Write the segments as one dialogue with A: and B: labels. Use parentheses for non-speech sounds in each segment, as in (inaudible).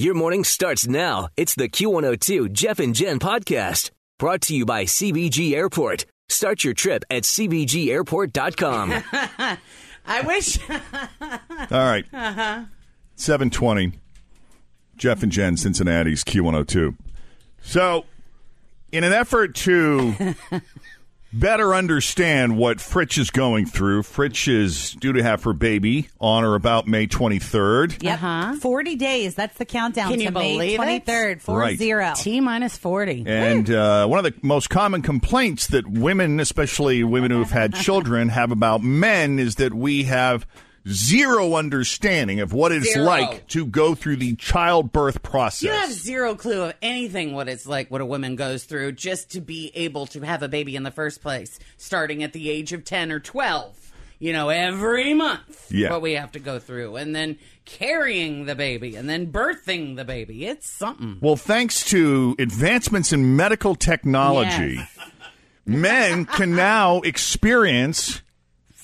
A: Your morning starts now. It's the Q102 Jeff and Jen podcast brought to you by CBG Airport. Start your trip at CBGAirport.com.
B: I wish.
C: All right.
B: Uh-huh.
C: 720. Jeff and Jen, Cincinnati's Q102. So, in an effort
B: (laughs)
C: to better understand what Fritch is going through, Fritch is due to have her baby on or about May 23rd.
B: Yep.
D: 40 days. That's the countdown
B: Uh-huh. Can
D: to
B: you
D: May
B: believe it?
D: 23rd, 4
C: Right.
D: 0.
B: T minus 40.
C: And uh, one of the most common complaints that women, especially women who have
B: (laughs)
C: had children, have about men is that we have zero understanding of what it's
B: Zero.
C: like to go through the childbirth process.
B: You have zero clue of anything what it's like, what a woman goes through just to be able to have a baby in the first place, starting at the age of 10 or 12. You know, every month,
C: Yeah.
B: what we have to go through, and then carrying the baby, and then birthing the baby. It's something.
C: Well, thanks to advancements in medical technology,
B: Yes.
C: men can now experience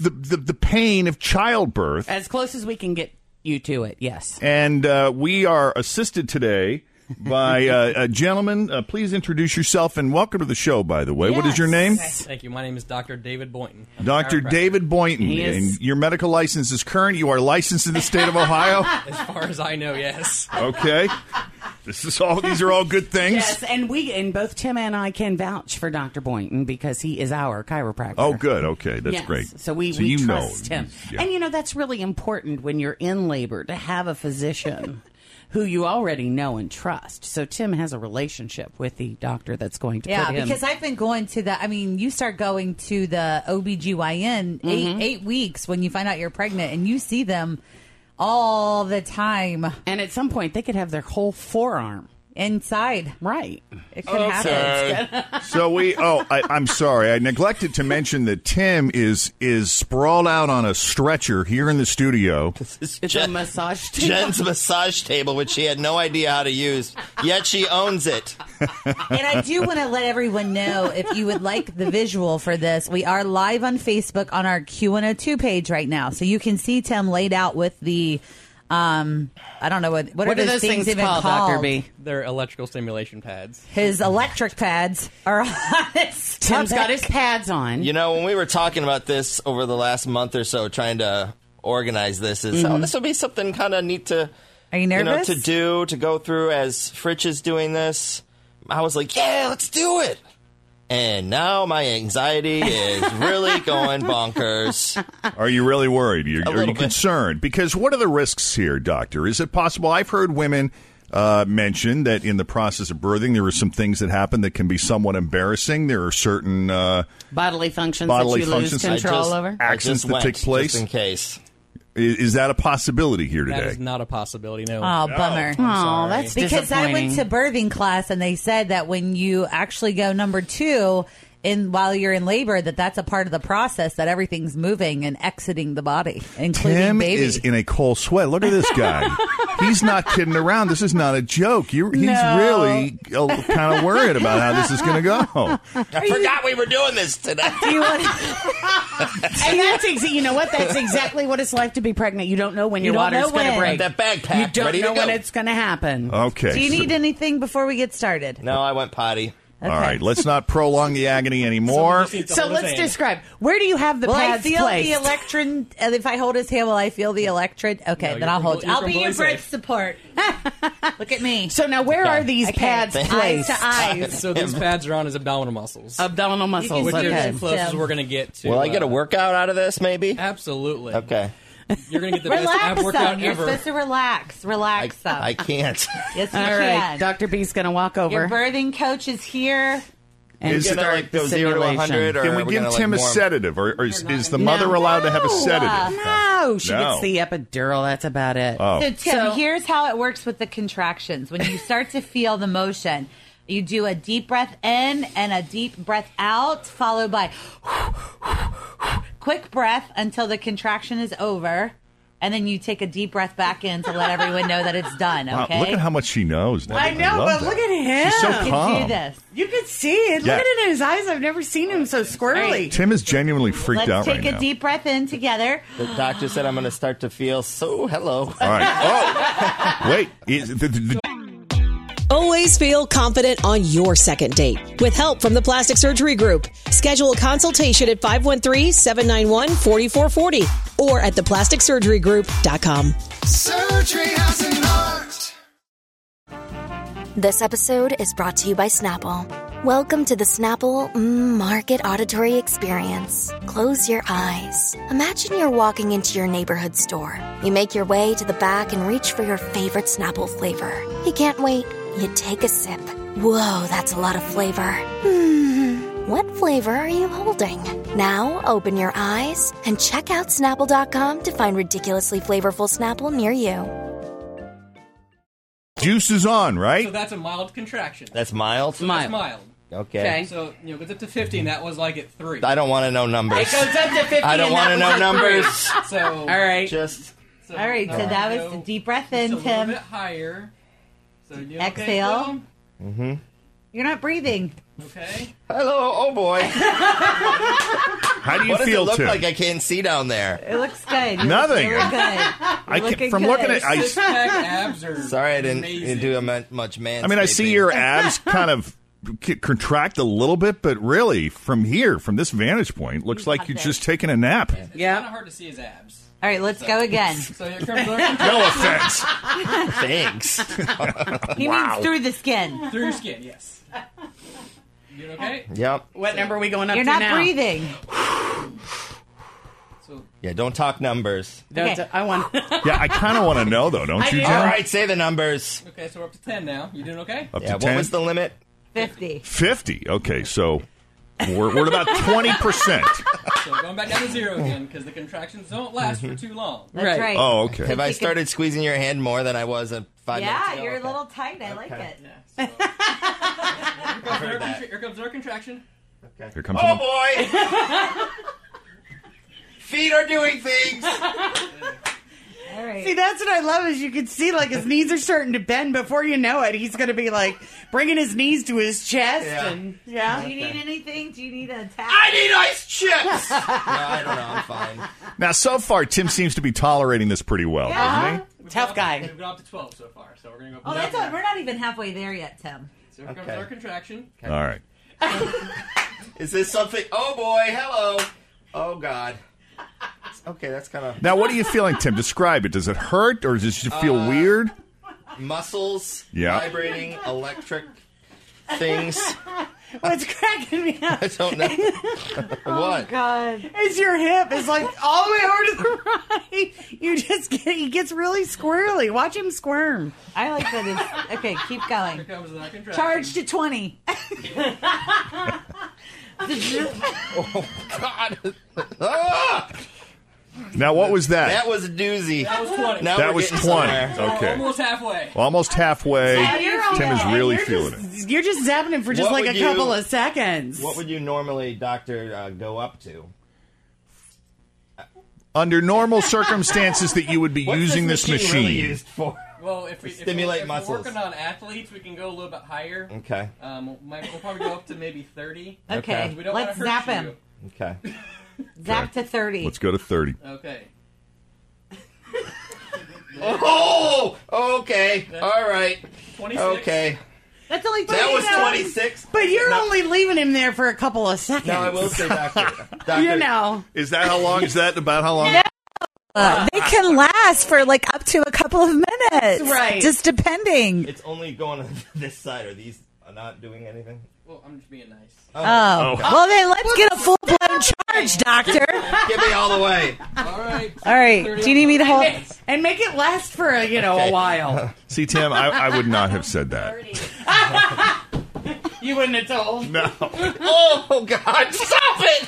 C: the, the, the pain of childbirth.
B: As close as we can get you to it, yes.
C: And uh, we are assisted today by uh, a gentleman. Uh, please introduce yourself and welcome to the show, by the way. What is your name?
E: Thank you. My name is Dr. David Boynton. I'm a
C: Dr.
E: chiropractor.
C: David Boynton.
B: He is-
C: And your medical license is current. You are licensed in the state of
B: (laughs)
C: Ohio.
E: As far as I know, yes. (laughs)
C: Okay. This is all. These are all good things.
B: Yes, and we and both Tim and I can vouch for Dr. Boynton because he is our chiropractor.
C: Oh, good. Okay, that's
B: Yes.
C: great.
B: So we, we
C: you know.
B: trust him.
C: Yeah.
B: And you know, that's really important when you're in labor to have a physician (laughs) who you already know and trust. So Tim has a relationship with the doctor that's going to
D: Yeah,
B: put him.
D: because I've been going to the, I mean, you start going to the OBGYN
B: Mm-hmm.
D: eight, eight weeks when you find out you're pregnant and you see them all the time
B: and at some point, they could have their whole forearm.
D: inside.
B: Right.
D: It could happen.
C: So we. Oh, I, I'm sorry. I neglected to mention that Tim is is sprawled out on a stretcher here in the studio.
B: It's a (laughs) massage table.
F: Jen's massage table, which she had no idea how to use, yet she owns it.
B: (laughs)
D: and I do want to let everyone know if you would like the visual for this, we are live on Facebook on our Q102 page right now. So you can see Tim laid out with the, um, I don't know what, what,
B: What
D: are,
B: are those things,
D: even
B: called, Dr. B?
E: They're electrical stimulation pads.
D: His electric pads are (laughs) on his
B: Tim's got
D: stomach.
B: his pads on.
F: You know, when we were talking about this over the last month or so, trying to organize this, is
B: Mm-hmm.
F: oh, this would be something kind of neat to
D: Are you
F: know
D: nervous?
F: to do to go through as Fritch is doing this. I was like, yeah, let's do it. And now my anxiety
B: (laughs)
F: is really going bonkers.
C: Are you really worried? Are, are you
F: little bit.
C: concerned? Because what are the risks here, doctor? Is it possible? I've heard women uh, mention that in the process of birthing, there are some things that happen that can be somewhat embarrassing. There are certain uh,
B: bodily functions
C: Bodily
B: that you
C: functions. I
B: lose control
F: just,
B: over.
F: I
C: Accidents
F: just
C: that
F: went,
C: take place?
F: just in case.
C: i- is that a possibility here
E: That
C: today?
E: is not a possibility, no.
D: Oh, bummer.
B: Oh, that's
D: because I went
B: (laughs)
D: to birthing class and they said that when you actually go number two in while you're in labor, that that's a part of the process that everything's moving and exiting the body, including
C: Tim
D: baby.
C: is in a cold sweat. Look at this guy.
D: (laughs)
C: he's not kidding around. This is not a joke. You, he's really uh, kind of worried about how this is going to go.
F: I forgot we were doing this today.
B: And that's exa- you know what? That's exactly what it's like to be pregnant. You don't know when your
D: don't
B: water's
D: know
B: going to
D: when.
B: break.
F: That bag
B: you
F: packed,
B: don't
F: ready
B: know
F: to go.
B: when it's going to happen.
C: Okay.
D: Do you
C: so-
D: need anything before we get started?
F: no, I went potty.
C: All right, let's not prolong the agony anymore.
B: So let's describe. Where do you have the
D: Will I
B: pads
D: feel
B: placed?
D: the electron? uh, If I hold his hand, will I feel the electron? Okay,
E: you're
D: then I'll
E: from
D: hold.
E: Bo- you're
D: I'll
E: from
D: be your
E: Boise.
D: breath
B: (laughs)
D: support. Look at me.
B: so now, where are these
D: Okay,
B: pads
D: eyes
B: placed?
D: to eyes.
E: So these pads are on his abdominal muscles,
D: Ah,
B: Abdominal muscles.
E: which
D: do
E: is
B: Okay.
E: as close as
D: Tim.
E: we're gonna get to.
F: Will I get
E: uh,
F: a workout out of this, maybe?
E: Absolutely.
F: Okay.
E: You're gonna get the best ab
D: Relax,
E: workout
D: son. You're
E: ever.
D: supposed to relax.
F: I,
D: Relax, son.
C: (laughs)
F: I can't.
D: yes, you
B: All right,
D: can.
B: Dr. B's going to walk
D: your
B: over.
D: birthing coach is here.
B: and
C: Is it
F: Gonna,
B: start
F: like
B: the
F: go zero to
B: simulation.
F: 100 or
C: Can
F: are
C: we give
F: gonna,
C: Tim
F: like,
C: a
F: warm-
C: sedative, or, or is, is the mother allowed to have a
D: No.
C: sedative?
B: No, Oh, she
C: No. Oh,
B: gets the epidural. That's about it.
D: So, Tim,
B: So-
D: here's how it works with the contractions. When you start to feel the motion, you do a deep breath in and a deep breath out, followed by quick breath until the contraction is over. And then you take a deep breath back in to let everyone know that it's done.
C: Wow,
D: Okay.
C: look at how much she knows. Now.
B: I know,
C: love
B: but
C: that.
B: look at him.
C: She's
D: You
C: so
D: can do
C: calm.
D: this.
B: You could see it.
C: Yeah.
B: Look at it in his eyes. I've never seen him so squirrely.
C: Tim is genuinely freaked
D: Let's
C: out
D: take
C: right
D: a
C: now.
D: deep breath in together.
F: The doctor said I'm going to start to feel so hello.
C: All right. Oh, wait. Is, the, the, the-
G: Always feel confident on your second date. With help from the Plastic Surgery Group, schedule a consultation at 513-791-4440 or at theplasticsurgerygroup.com.
H: Surgery has an art.
I: This episode is brought to you by Snapple. Welcome to the Snapple mm, Market Auditory Experience. Close your eyes. Imagine you're walking into your neighborhood store. You make your way to the back and reach for your favorite Snapple flavor. You can't wait. You take a sip. Whoa, that's a lot of flavor. Hmm. What flavor are you holding? Now open your eyes and check out Snapple.com to find ridiculously flavorful Snapple near you.
C: juice is on,
E: So
C: right?
E: that's a mild contraction.
F: That's mild.
E: That's
B: Mild.
E: mild.
F: Okay.
B: Okay.
E: So you know, it's up to 15. That was like at three.
F: I don't want to know numbers.
B: It goes up to 50.
F: I don't
B: want to
F: know numbers.
E: So all
B: All right.
F: (laughs) Just
D: All right. So that was the deep breath
E: Just a
D: in,
E: little bit
D: Tim.
E: higher. So you okay,
D: Exhale. You're not breathing.
E: Phil? Okay.
F: hello. Oh boy.
C: How do you
F: What does it
C: feel,
F: look
C: Tim?
F: like? I can't see down there.
D: It looks good. You look
C: Nothing.
D: Really good.
C: I can't-
D: looking
C: from
D: good.
C: looking at, I,
E: (laughs) Six pack abs are
F: Sorry, I didn't,
E: amazing.
F: didn't do a mu- much man.
C: I mean, I see your abs kind of c- contract a little bit, but really, from here, from this vantage point, looks like you're just taking a nap.
E: Kind of
B: Yeah.
E: hard to see his abs.
D: All right. Let's go again.
E: So here
C: (laughs)
E: comes our
C: No offense.
F: (laughs)
C: (laughs)
F: Thanks.
D: He means through the skin.
E: through skin. Yes. You doing okay?
F: yep.
B: What number are we going up
D: You're
B: to
D: not
B: now?
D: breathing.
E: So
F: Yeah. Don't talk numbers.
B: No, it's- I (laughs) want.
C: Yeah, I kind of want to know, though, don't you,
B: do.
C: Jen?
F: All right. Say the numbers.
E: okay, so we're up to 10 now. You doing okay?
C: Up
F: Yeah.
C: to
F: What
C: 10?
F: was the limit?
D: 50.
C: 50. Okay, so we're, we're at about 20%.
E: So going back down to zero again because the contractions don't last
F: Mm-hmm.
E: for too long.
D: That's
B: Right.
D: right.
C: Oh, okay.
F: Have I started squeezing your hand more than I was at five minutes
D: Yeah,
F: ago?
D: you're
F: Okay.
D: a little tight. I like it.
E: Here comes, our, contra- here comes our contraction.
C: Here comes
F: Oh
C: another-
F: boy! (laughs) Feet are doing things.
D: All right.
B: See, that's what I love is you can see like his knees are starting to bend. Before you know it, he's going to be like bringing his knees to his chest.
F: Yeah.
B: And yeah.
D: Do you need anything? Do you need a towel?
F: I need ice chips. (laughs) no, I don't know. I'm fine.
C: Now, so far, Tim seems to be tolerating this pretty well, doesn't he?
B: Tough guy.
E: We've gone up to 12 so far. So we're going to go up
D: Oh,
E: to
D: that's all.
E: 11.
D: We're not even halfway there yet, Tim.
E: So here comes
F: Okay.
E: our contraction.
C: All right.
F: Is this something? Oh boy! Hello. Oh (laughs) god. Okay, that's kind of
C: Now, what are you feeling, Tim? Describe it. Does it hurt or does it feel
F: Uh,
C: weird?
F: muscles
C: Yeah.
F: vibrating, electric (laughs) things.
B: What's cracking me up
F: I don't know what.
D: God.
B: is your hip is
D: (laughs)
B: like all the way over to the right. You just get, he gets really squirrely. Watch him squirm.
D: I like that. It's, okay, keep going.
E: Here comes our contraction.
D: Charge to 20.
F: God. Ah!
C: Now, what was that?
F: That was a doozy.
E: That was 20.
F: Now
C: That
F: we're
C: was
F: getting
C: 20.
F: somewhere.
C: Okay.
E: Almost halfway.
C: Almost halfway. Tim is really feeling it.
B: You're just zapping him for just
F: What
B: like
F: would
B: a
F: you-
B: couple of seconds.
F: What would you normally, doctor, uh, go up to?
C: Under normal circumstances that you would be
F: (laughs) What's
C: using this machine.
F: really used for?
E: Well, if we if
F: Stimulate
E: we're, if
F: muscles.
E: We're working on athletes. We can go a little bit higher.
F: Okay.
E: Um, we might, we'll probably go up to maybe thirty.
D: Okay,
E: We don't
D: let's
E: wanna
D: zap
E: hurt
D: him.
E: you.
F: Okay.
D: Zap to 30.
C: Let's go to 30.
E: Okay.
F: Oh, okay. All right.
E: Twenty-six.
F: Okay.
B: That's only
F: That was 26.
B: But you're only leaving him there for a couple of seconds.
F: No, I
B: (laughs)
F: will say, doctor. doctor
B: you know.
C: Is that how long? Is that about how long?
D: Uh, they can last for like up to a couple of minutes.
F: Right.
D: Just depending.
F: It's only going on (laughs) this side. Are these not doing anything? Well, I'm just being nice.
D: Oh. Well, then let's get a full blown charge, doctor.
F: Give me all
B: (laughs)
F: the way.
D: All right. Do you need me to hold?
B: And make, and make it last for a, you know a
F: (laughs)
B: while.
C: See, Tim, I, I would not have said that.
B: You wouldn't have told.
C: No.
F: Oh God! Stop it!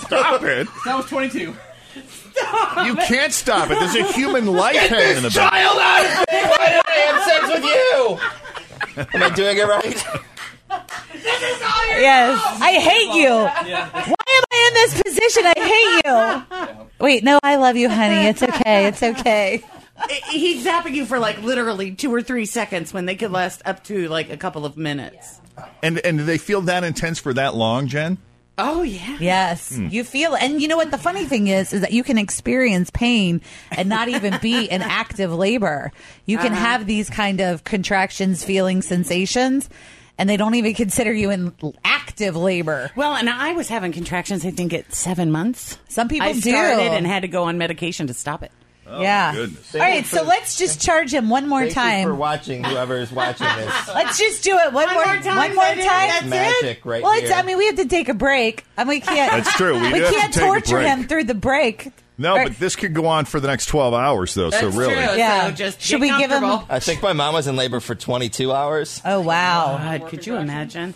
C: Stop it.
E: That was 22.
C: You can't stop it. There's a human life
F: Get
C: hanging in the
F: this
C: back.
F: child out of me! Why did I have sex with you? Am I doing it right?
D: Yes. I hate you. Why am I in this position? I hate you. Wait, no, I love you, honey. It's okay. It's okay.
B: I- He's zapping you for like literally two or three seconds when they could last up to like a couple of minutes.
C: And and do they feel that intense for that long, Jen?
B: Oh yeah.
D: Yes, you feel it. And you know what? The funny thing is, is that you can experience pain and not even be in active labor. You can have these kind of contractions, feeling sensations, and they don't even consider you in l- active labor.
B: Well, and I was having contractions. I think at seven months.
D: Some people
B: I
D: do.
B: started and had to go on medication to stop it.
D: yeah.
C: goodness.
D: All right, so let's just charge him one more
F: Thank you for
D: time.
F: watching. Whoever is watching this,
D: Let's just do it one, more,
B: time,
D: One more time.
B: baby. That's
F: magic right
D: well, it's,
F: here.
D: I mean, we have to take a break, and we can't.
C: That's true. We
D: We,
C: do have to
D: can't
C: take a
D: torture
C: break.
D: him through the break.
C: No,
D: Or-
C: but this could go on for the next 12 hours, though, so
B: That's
C: really.
B: true.
D: Yeah.
B: So just
D: Should
B: get
D: we give him-
B: comfortable.
F: I think my mom was in labor for 22 hours.
D: Oh wow.
B: God, could you imagine?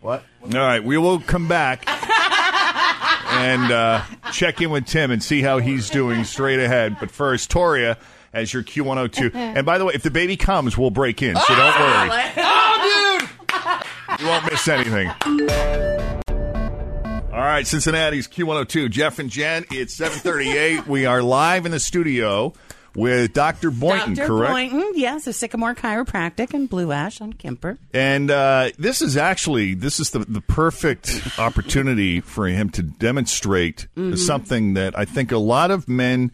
F: What?
C: All right, we will come back and uh, check in with Tim and see how he's doing straight ahead. But first, Toria as your Q102. And by the way, if the baby comes, we'll break in, so don't worry.
F: Oh, dude!
C: You won't miss anything. All right, Cincinnati's Q102. Jeff and Jen, it's 738. we are live in the studio with Dr. Boynton,
B: Dr.
C: correct?
B: Boynton, yes, of Sycamore Chiropractic and Blue Ash on Kemper.
C: And uh, this is actually this is the, the
B: (laughs)
C: perfect opportunity for him to demonstrate something that I think a lot of men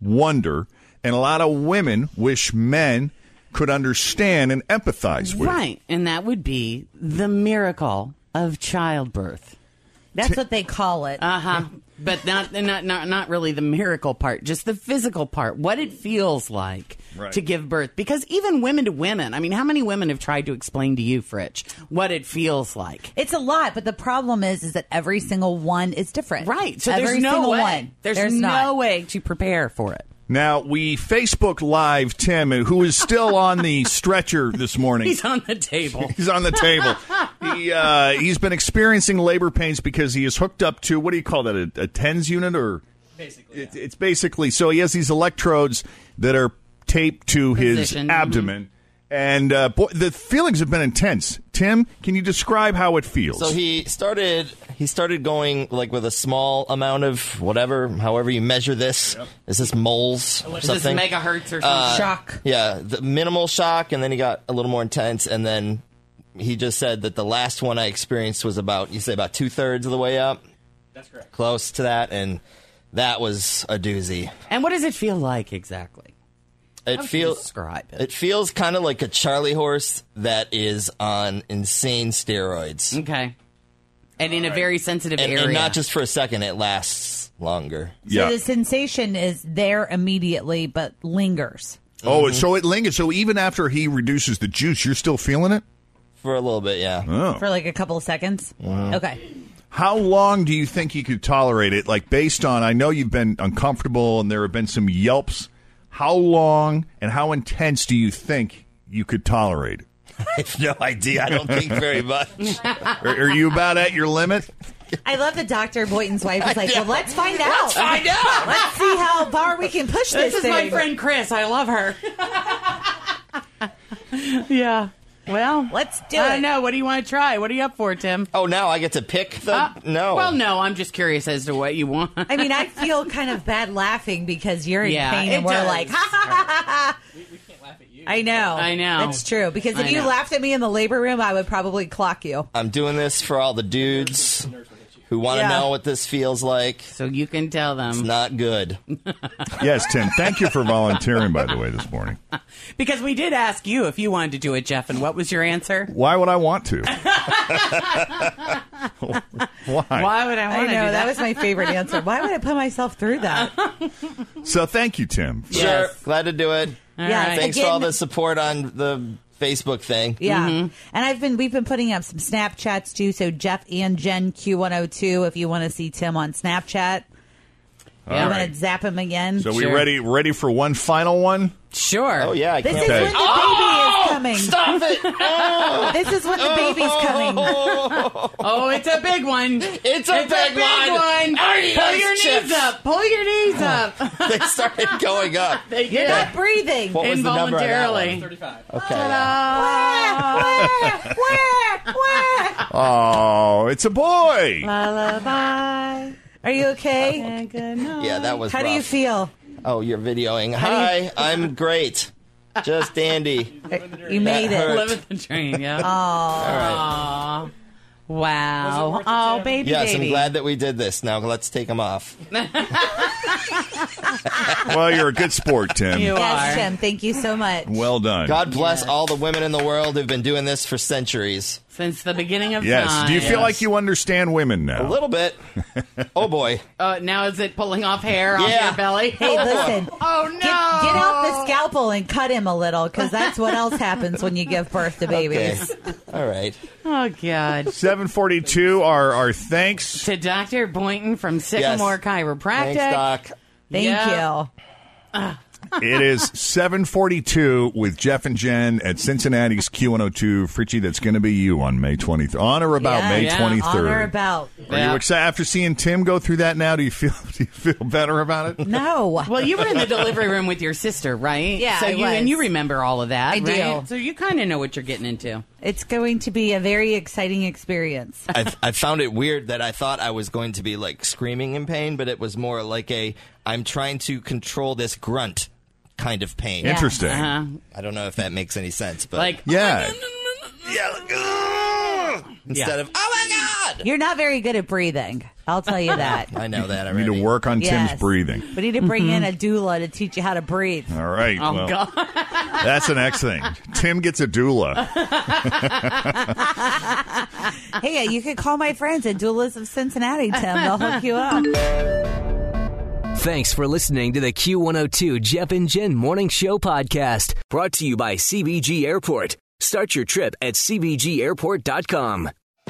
C: wonder and a lot of women wish men could understand and empathize with.
B: Right, and that would be the miracle of childbirth.
D: That's what they call it.
B: Uh huh. (laughs) But not, not not not really the miracle part, just the physical part, what it feels like
C: Right.
B: to give birth. Because even women to women, I mean, how many women have tried to explain to you, Fritch, what it feels like?
D: It's a lot, but the problem is, is that every single one is different.
B: Right. So
D: every
B: there's no
D: single
B: way.
D: one.
B: There's, no
D: not.
B: way to prepare for it.
C: Now we Facebook Live Tim, who is still on
B: (laughs)
C: the stretcher this morning.
B: He's on the
C: (laughs)
B: table.
C: He's on the table. He uh, he's been experiencing labor pains because he is hooked up to what do you call that? A, a tens unit or basically it, it's basically so he has these electrodes that are taped to his
B: Positioned,
C: abdomen, and uh, boy, the feelings have been intense. Tim, can you describe how it feels?
F: So he started. He started going like with a small amount of whatever, however you measure this. Is this moles or
B: Is this
F: something?
B: megahertz or something?
C: uh,
D: Shock.
F: Yeah, the minimal shock, and then he got a little more intense, and then he just said that the last one I experienced was about you say about two thirds of the way up. That's correct. Close to that, and that was a doozy.
B: and what does it feel like exactly?
F: It feels
B: Describe Oh, it.
F: it feels kind of like a Charlie horse that is on insane steroids,
B: Okay. And in a very sensitive
F: and,
B: Mm. area.
F: and not just for a second. It lasts longer.
C: yeah.
D: So the sensation is there immediately, but lingers.
C: oh, so it lingers. So even after he reduces the juice, you're still feeling it.
F: For a little bit, yeah.
C: Oh.
D: For like a couple of seconds. Okay.
C: How long do you think you could tolerate it? Like, based on, I know you've been uncomfortable and there have been some yelps. How long and how intense do you think you could tolerate? it?
F: I have (laughs) no idea. I don't think very much.
C: Are, are you about at your limit?
D: I love that Dr. Boynton's wife
C: (laughs)
D: is like, well, let's find out. Let's
B: I know.
D: see how far we can push this,
B: This is my
D: thing.
B: friend Chris. I love her. (laughs) yeah. Well,
D: Let's do
B: I
D: it.
B: don't know. What do you want to try? What are you up for, Tim?
F: Oh, now I get to pick the
B: Uh,
F: no.
B: Well, no. I'm just curious as to what you want.
D: I mean,
B: (laughs)
D: I feel kind of bad laughing because you're in
B: Yeah,
D: pain and
B: it
D: we're
B: does.
D: like, ha ha ha ha ha. I know.
B: I know.
D: That's true. Because if
B: I
D: you
B: know.
D: laughed at me in the labor room, I would probably clock you.
F: I'm doing this for all the dudes. who want to
B: Yeah.
F: know what this feels like.
B: So you can tell them. It's
F: not good.
C: yes, Tim. Thank you for volunteering, by the way, this morning.
B: Because we did ask you if you wanted to do it, Jeff, and what was your answer?
C: Why would I want to? (laughs) Why?
B: Why would I
D: I
B: want to
D: know
B: do
D: that
B: (laughs)
D: was my favorite answer. Why would I put myself through that?
C: So thank you, Tim.
F: Sure. Glad to do it.
D: Yeah, right.
F: Thanks for all
D: again-
F: the support on the Facebook thing.
D: Yeah.
B: Mm-hmm.
D: And I've been we've been putting up some Snapchats too, so Jeff and Jen Q one oh two if you want to see Tim on Snapchat.
C: All
D: I'm
C: right.
D: gonna zap him again.
C: So we ready ready for one final one?
B: Sure.
C: Oh yeah, I
D: This is when the baby
B: Oh!
D: is coming.
F: Stop it!
D: This is when the baby's coming.
B: (laughs) Oh, it's a big
F: (laughs)
B: one. It's
F: a big one. Artie
B: Pull
F: loves
B: your
F: chips.
B: knees up. Pull your
F: Oh.
B: knees up.
F: (laughs) they started going up.
B: They
D: You're
B: did.
D: not breathing.
F: What was the number on that one?
B: Involuntarily.
F: Okay. yeah.
C: Oh, it's a
B: (laughs)
C: boy.
D: Lullaby. Are you okay?
F: Yeah, that was
D: How do you
F: rough.
D: feel?
F: Oh, you're videoing.
D: How do
F: Hi,
D: (laughs)
F: I'm great. Just dandy.
D: You (laughs) made
F: That
D: it.
F: hurt.
B: Living the dream, (laughs) yeah.
F: All right.
B: Aw. Wow. Oh, baby,
F: Yes,
B: baby.
F: I'm glad that we did this. Now let's take them off.
C: Well, you're a good sport, Tim.
B: You
D: Yes,
B: are.
D: Tim. Thank you so much.
C: Well done.
F: God bless all the women in the world who've been doing this for centuries.
B: Since the beginning of
C: yes.
B: time.
C: Do you feel
F: Yes.
C: like you understand women now?
F: A little bit. Oh boy.
B: Uh, now is it pulling off hair off
F: Yeah.
C: (laughs)
B: your belly?
D: Hey, listen.
B: Oh, no.
D: Get, get out the scalpel and cut him a little because that's what else happens when you give birth to
F: Okay.
D: babies.
F: All right.
B: Oh, God.
C: 742 our our thanks.
B: To Dr. Boynton from Sycamore Chiropractic.
F: Thanks,
D: (laughs)
F: Doc.
D: Thank
B: Yeah.
D: you.
C: It is 742 with Jeff and Jen at Cincinnati's Q102 Fritchie. That's going to be you on May 23rd. On or about
D: Yeah.
C: May
B: Yeah, on
C: 23rd.
D: On or about.
C: Are you
B: Yeah.
C: excited after seeing Tim go through that now? Do you feel (laughs) do you feel better about it?
D: No.
B: Well, you
C: (laughs)
B: were in the delivery room with your sister, right?
D: Yeah,
B: So
D: I
B: you and
D: was.
B: you remember all of that,
D: I do.
B: right? So you kind of know what you're getting into.
D: It's going to be a very exciting experience.
F: I, I found it weird that I thought I was going to be like screaming in pain, but it was more like a I'm trying to control this grunt kind of pain.
C: Interesting.
D: uh-huh.
B: Uh,
F: I don't know if that makes any sense, but
B: like,
C: Yeah.
D: (laughs)
F: yeah, like, "Ugh," instead
B: Yeah.
F: of oh my god.
D: You're not very good at breathing. I'll tell you that.
F: I know that
C: We
F: already.
C: need to work on
D: Yes.
C: Tim's breathing.
D: We need to bring in a doula to teach you how to breathe.
C: All right.
B: oh,
C: well,
D: (laughs)
B: God.
C: That's the next thing. Tim gets a doula.
D: Hey, you could call my friends at Doulas of Cincinnati, Tim. They'll hook you up.
A: (laughs) Thanks for listening to the Q102 Jeff and Jen Morning Show podcast, brought to you by CBG Airport. Start your trip at CBGAirport.com.